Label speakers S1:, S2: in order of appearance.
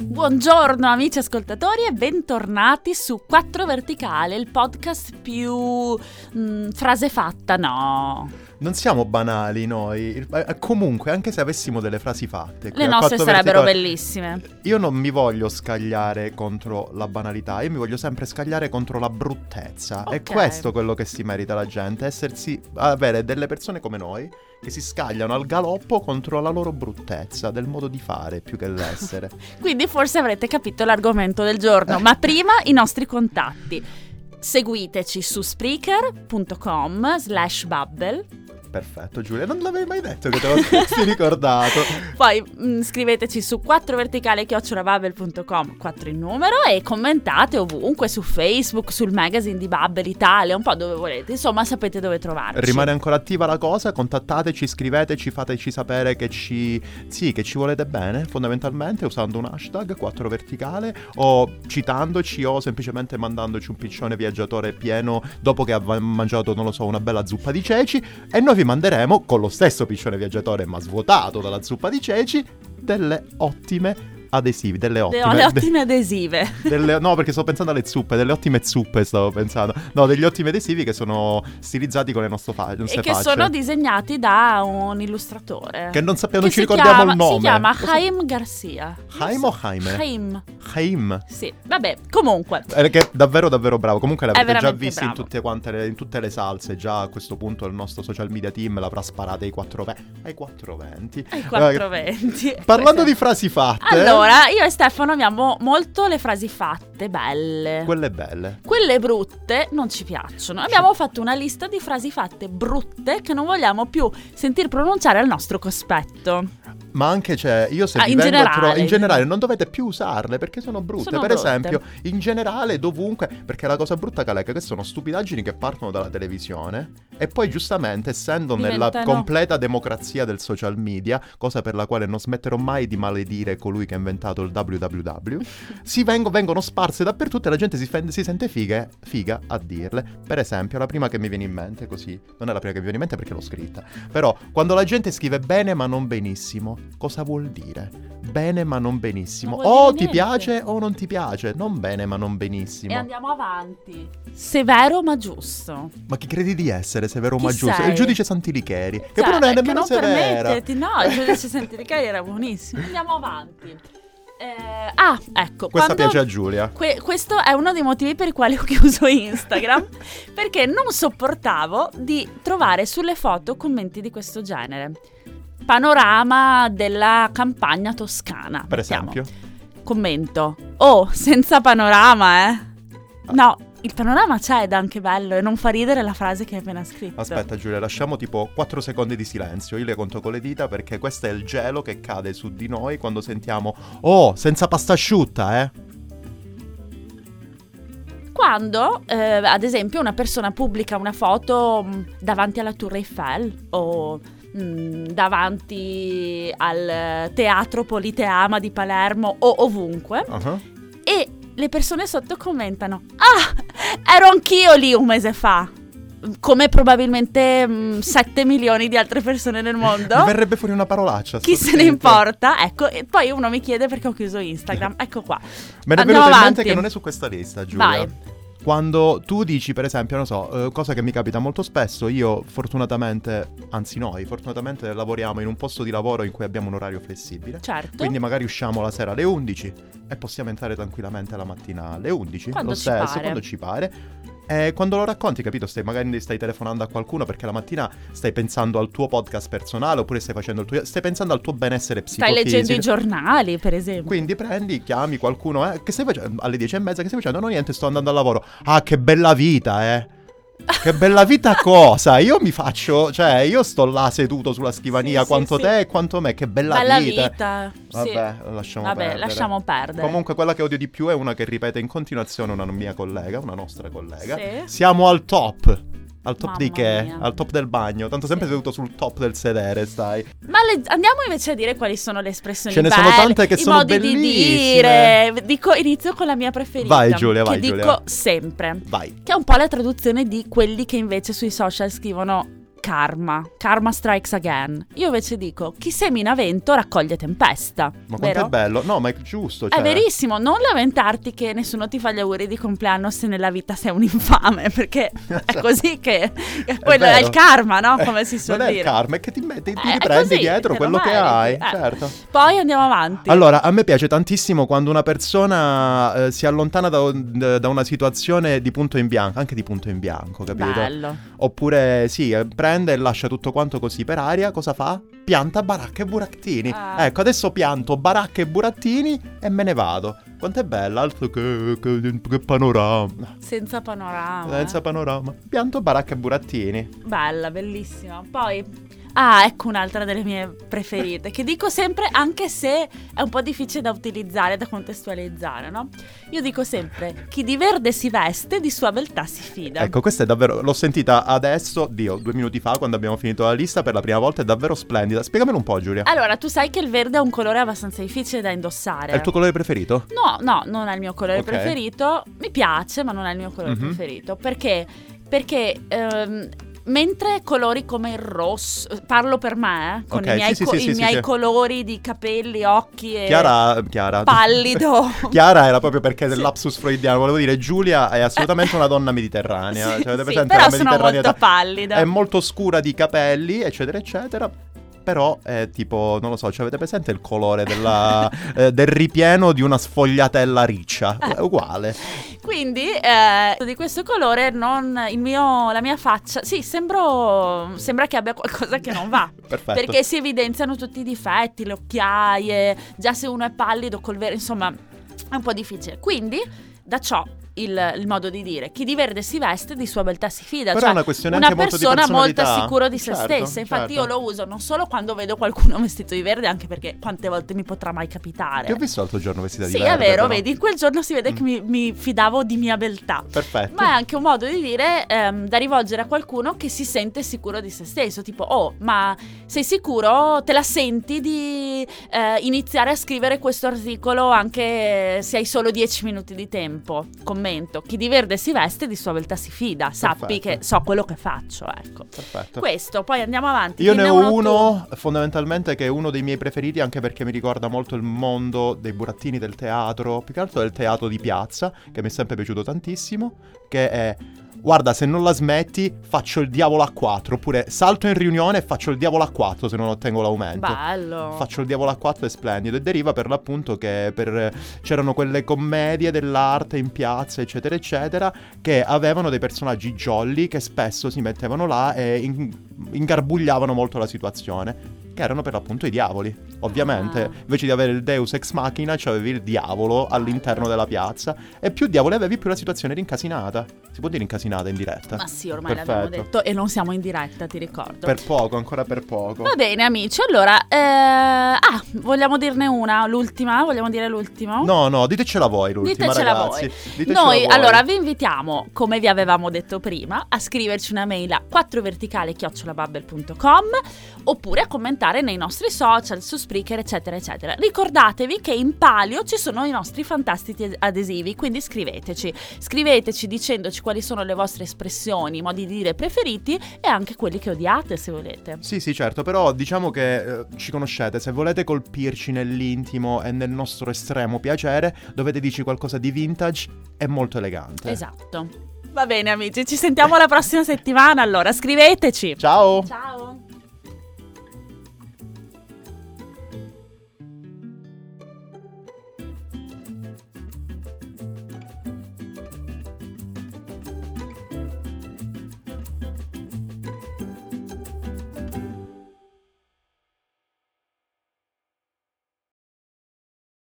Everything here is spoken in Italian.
S1: Buongiorno amici ascoltatori e bentornati su 4 Verticale, il podcast più mm, frase fatta, no.
S2: Non siamo banali noi, Il- eh, comunque anche se avessimo delle frasi fatte. qui
S1: Le
S2: al
S1: nostre
S2: Fatto
S1: sarebbero
S2: Verticale,
S1: bellissime.
S2: Io non mi voglio scagliare contro la banalità, io mi voglio sempre scagliare contro la bruttezza. È
S1: Ok.
S2: questo quello che si merita la gente, essersi, avere delle persone come noi che si scagliano al galoppo contro la loro bruttezza, del modo di fare più che l'essere.
S1: Quindi forse avrete capito l'argomento del giorno, ma prima i nostri contatti. Seguiteci su spreaker.com slash bubble,
S2: Perfetto Giulia, non l'avevi mai detto che te lo fossi ricordato.
S1: poi mm, scriveteci su 4verticale.bubble.com, 4 in numero, e commentate ovunque su Facebook, sul magazine di Bubble Italia, un po' dove volete, insomma sapete dove trovarci.
S2: Rimane ancora attiva la cosa, contattateci, scriveteci, fateci sapere che ci, sì, che ci volete bene, fondamentalmente usando un hashtag 4 verticale o citandoci o semplicemente mandandoci un piccione viaggiatore pieno dopo che ha va- mangiato, non lo so, una bella zuppa di ceci e noi vi manderemo con lo stesso piccione viaggiatore ma svuotato dalla zuppa di ceci delle ottime adesivi, delle
S1: Le-
S2: ottime,
S1: le
S2: de-
S1: ottime adesive.
S2: delle- no, perché sto pensando alle zuppe, delle ottime zuppe stavo pensando. No, degli ottimi adesivi che sono stilizzati con le nostre, fa- le nostre
S1: E che
S2: facce.
S1: sono disegnati da un illustratore.
S2: Che non sappiamo, non
S1: Che
S2: ci
S1: si
S2: ricordiamo
S1: chiama-
S2: il nome.
S1: Si chiama
S2: Lo so-
S1: Haim Garcia.
S2: Haim o Jaime?
S1: Haim,
S2: Haim.
S1: sì. Vavabbè, comunque.
S2: Eh, Che è davvero davvero bravo. Comunque l'avete già
S1: veramente
S2: visto in
S1: bravo.
S2: tutte, quante le, in tutte le salse. Già a questo punto il nostro social media team l'avrà sparata ai 420. Ai 420.
S1: Ai 420.
S2: Parlando di frasi fatte.
S1: Allora, io e Stefano amiamo molto le frasi fatte, belle.
S2: Quelle belle.
S1: Quelle brutte non ci piacciono. Abbiamo fatto una lista di frasi fatte brutte che non vogliamo più sentir pronunciare al nostro cospetto.
S2: Ma anche cioè, io se
S1: Ah,
S2: vi
S1: in
S2: vengo a tro-
S1: generale.
S2: in generale non dovete più usarle perché sono brutte.
S1: Sono
S2: per
S1: brutte.
S2: esempio, in generale, dovunque, perché la cosa brutta che è che sono stupidaggini che partono dalla televisione e poi giustamente, essendo nella
S1: Diventano-
S2: completa democrazia del social media, cosa per la quale non smetterò mai di maledire colui che ha inventato il www, si vengo- vengono sparse dappertutto e la gente si, fen- si sente figa, figa a dirle. Per esempio, la prima che mi viene in mente così, non è la prima che mi viene in mente perché l'ho scritta, però quando la gente scrive bene ma non benissimo, cosa vuol dire? Bene ma non benissimo.
S1: Non vuol dire
S2: o
S1: niente.
S2: ti piace o non ti piace, non bene ma non benissimo.
S1: E andiamo avanti. Severo ma giusto.
S2: Ma chi credi di essere, Severo
S1: Chi
S2: Maggioso? È
S1: sei?
S2: il giudice Santilicheri, che
S1: Cioè,
S2: poi non è
S1: che
S2: nemmeno
S1: non
S2: severa.
S1: permetterti, no, cioè, il giudice Santilicari era buonissimo. Andiamo avanti. Eh, ah, ecco. quando-
S2: Questa piace a Giulia.
S1: Que- questo è uno dei motivi per i quali ho chiuso Instagram, perché non sopportavo di trovare sulle foto commenti di questo genere. Panorama della campagna toscana.
S2: Per
S1: mettiamo.
S2: esempio,
S1: Commento. Oh, senza panorama, eh.
S2: Ah.
S1: No, il panorama c'è ed è anche bello e non fa ridere la frase che hai appena scritto.
S2: aspetta Giulia, lasciamo tipo 4 secondi di silenzio. Io le conto con le dita perché questo è il gelo che cade su di noi quando sentiamo "Oh, senza pasta asciutta, eh".
S1: Quando, eh, ad esempio, una persona pubblica una foto mh, davanti alla Tour Eiffel o mh, davanti al eh, teatro Politeama di Palermo o ovunque
S2: Ah,
S1: e le persone sotto commentano Ah, ero anch'io lì un mese fa! Come probabilmente mh, 7 milioni di altre persone nel
S2: Mi
S1: mondo.
S2: verrebbe fuori una parolaccia.
S1: Esatto. Chi
S2: sto
S1: se ne
S2: scritto.
S1: importa? Ecco, e poi uno mi chiede perché ho chiuso Instagram. Ecco qua.
S2: Me ne è
S1: Andiamo
S2: venuta in
S1: avanti.
S2: mente che non è su questa lista, Giulia.
S1: Vai.
S2: Quando tu dici, per esempio, non so, eh, cosa che mi capita molto spesso, io fortunatamente, anzi noi, fortunatamente lavoriamo in un posto di lavoro in cui abbiamo un orario flessibile.
S1: Certo.
S2: Quindi magari usciamo la sera alle 11 e possiamo entrare tranquillamente la mattina alle 11,
S1: Quando
S2: lo
S1: ci
S2: stesso,
S1: pare.
S2: quando ci pare. E quando lo racconti, capito, stai magari stai telefonando a qualcuno perché la mattina stai pensando al tuo podcast personale oppure stai facendo il tuo stai pensando al tuo benessere
S1: Stai
S2: psicofisico.
S1: leggendo i giornali, per esempio.
S2: Quindi prendi, chiami qualcuno, eh, che stai facendo alle 10 e mezza, che stai facendo? No, niente, sto andando al lavoro. Ah, che bella vita, eh. Che bella vita cosa? Io mi faccio, cioè, io sto là seduto sulla scrivania
S1: Sì, sì,
S2: quanto
S1: sì.
S2: te e quanto me, che bella,
S1: Bella
S2: vita.
S1: vita. sì.
S2: Vabbè, lasciamo
S1: Vabbè,
S2: perdere.
S1: lasciamo perdere.
S2: Comunque quella che odio di più è una che ripete in continuazione una mia collega, una nostra collega.
S1: Sì.
S2: Siamo al top. Al top di
S1: Mamma
S2: che?
S1: mia.
S2: Al top del bagno. Tanto sempre
S1: Sì.
S2: seduto sul top del sedere, stai.
S1: Ma le- andiamo invece a dire quali sono le espressioni
S2: Ce ne sono
S1: belle,
S2: tante che
S1: i
S2: sono
S1: modi
S2: bellissime.
S1: di dire. Dico, inizio con la mia preferita.
S2: Vai, Giulia, vai,
S1: Che
S2: Giulia.
S1: dico sempre.
S2: Vai.
S1: Che è un po' la traduzione di quelli che invece sui social scrivono karma, karma strikes again. Io invece dico, chi semina vento raccoglie tempesta.
S2: Ma quanto
S1: vero?
S2: è bello. No, ma è giusto.
S1: È
S2: cioè,
S1: verissimo, non lamentarti che nessuno ti fa gli auguri di compleanno se nella vita sei un infame, perché è così che
S2: È
S1: quello è,
S2: vero.
S1: il karma, no?
S2: Eh,
S1: Come si suol
S2: non è
S1: dire.
S2: il karma, è che ti,
S1: Eh,
S2: metti, ti
S1: è
S2: riprendi
S1: così,
S2: dietro
S1: te lo
S2: quello che hai.
S1: meriti, eh.
S2: Certo.
S1: Poi andiamo avanti.
S2: Allora, a me piace tantissimo quando una persona eh, si allontana da, un- da una situazione di punto in bianco, anche di punto in bianco, capito?
S1: Bello.
S2: Oppure sì, eh, prende e lascia tutto quanto così per aria, cosa fa? Pianta baracche e burattini.
S1: Ah.
S2: Ecco, adesso pianto baracche e burattini e me ne vado. Quanto è bella, altro che, che- che panorama.
S1: Senza panorama.
S2: Senza
S1: eh.
S2: panorama. Pianto baracche e burattini.
S1: Bella, bellissima. Poi. Ah, ecco un'altra delle mie preferite, che dico sempre, anche se è un po' difficile da utilizzare, da contestualizzare, no? Io dico sempre, chi di verde si veste, di sua beltà si fida.
S2: Ecco, questa è davvero. L'ho sentita adesso, Dio, due minuti fa, quando abbiamo finito la lista per la prima volta. È davvero splendida. Spiegamelo un po', Giulia.
S1: Allora, tu sai che il verde è un colore abbastanza difficile da indossare.
S2: È il tuo colore preferito?
S1: No, no, non è il mio colore
S2: Ok.
S1: preferito. Mi piace, ma non è il mio colore
S2: Mhm.
S1: preferito. Perché? Perché ehm, mentre colori come il rosso, parlo per me, eh, con
S2: Ok,
S1: i miei,
S2: sì, sì,
S1: co-
S2: sì,
S1: i
S2: sì, sì,
S1: miei
S2: sì.
S1: colori di capelli, occhi e
S2: Chiara. Chiara.
S1: Eh, pallido.
S2: Chiara era proprio perché del
S1: Sì.
S2: lapsus freudiano. Volevo dire, Giulia è assolutamente una donna mediterranea.
S1: Sì,
S2: cioè, avete
S1: sì,
S2: presente
S1: però
S2: la
S1: sono molto
S2: mediterraneità?
S1: pallida.
S2: È molto scura di capelli, eccetera, eccetera. Però è tipo, non lo so, cioè avete presente il colore della- eh, del ripieno di una sfogliatella riccia?
S1: Eh.
S2: È uguale.
S1: Quindi eh, di questo colore non il mio, la mia faccia, sì, sembro, sembra che abbia qualcosa che non va.
S2: Perfetto.
S1: Perché si evidenziano tutti i difetti, le occhiaie, già se uno è pallido col vero, insomma, è un po' difficile. Quindi, da ciò il, il modo di dire, chi di verde si veste di sua beltà si fida,
S2: Però
S1: cioè
S2: è una questione
S1: una
S2: anche molto di
S1: persona molto
S2: personalità.
S1: sicuro di se
S2: Certo,
S1: stessa. Infatti
S2: certo.
S1: io lo uso non solo quando vedo qualcuno vestito di verde, anche perché quante volte mi potrà mai capitare.
S2: Ti ho visto l'altro giorno vestita
S1: sì,
S2: di verde.
S1: è vero,
S2: però. Mm.
S1: vedi, in quel giorno si vede che mi, mi fidavo di mia beltà.
S2: Perfetto.
S1: Ma è anche un modo di dire ehm, da rivolgere a qualcuno che si sente sicuro di se stesso, tipo oh, ma sei sicuro? Te la senti di eh, iniziare a scrivere questo articolo anche se hai solo 10 minuti di tempo? Commento, chi di verde si veste di sua beltà si fida, sappi
S2: Perfetto.
S1: che so quello che faccio, ecco.
S2: Perfetto.
S1: Questo, poi andiamo avanti.
S2: Io
S1: Dimmi
S2: ne ho
S1: tu.
S2: uno fondamentalmente che è uno dei miei preferiti anche perché mi ricorda molto il mondo dei burattini del teatro, più che altro del teatro di piazza, che mi è sempre piaciuto tantissimo, che è guarda se non la smetti faccio il diavolo a 4, oppure salto in riunione e faccio il diavolo a 4 se non ottengo l'aumento.
S1: Bello.
S2: Faccio il diavolo a 4 è splendido e deriva per l'appunto che per- c'erano quelle commedie dell'arte in piazza eccetera eccetera che avevano dei personaggi jolly che spesso si mettevano là e in- ingarbugliavano molto la situazione che erano per l'appunto i diavoli ovviamente
S1: Ah.
S2: invece di avere il deus ex machina c'avevi il diavolo all'interno della piazza e più diavoli avevi più la situazione era incasinata si può dire incasinata in diretta
S1: Ma sì, ormai l'abbiamo
S2: Perfetto.
S1: detto e non siamo in diretta, ti ricordo.
S2: per poco ancora per poco
S1: Va bene amici, allora, eh, ah, vogliamo dirne una, l'ultima, vogliamo dire l'ultimo?
S2: No, no, ditecela voi l'ultima,
S1: Ditecela
S2: ragazzi. Ditecela
S1: Noi
S2: voi.
S1: allora vi invitiamo, come vi avevamo detto prima, a scriverci una mail a 4verticale@bubble.com oppure a commentare nei nostri social, su Spreaker, eccetera, eccetera. Ricordatevi che in palio ci sono i nostri fantastici adesivi, quindi scriveteci. Scriveteci dicendoci quali sono le vostre espressioni, modi di dire preferiti e anche quelli che odiate, se volete.
S2: Sì, sì, certo, però diciamo che eh, ci conoscete, se volete colpirci nell'intimo e nel nostro estremo piacere, dovete dirci qualcosa di vintage e molto elegante.
S1: Esatto. Va bene amici, ci sentiamo la prossima settimana allora, scriveteci.
S2: Ciao!
S1: Ciao.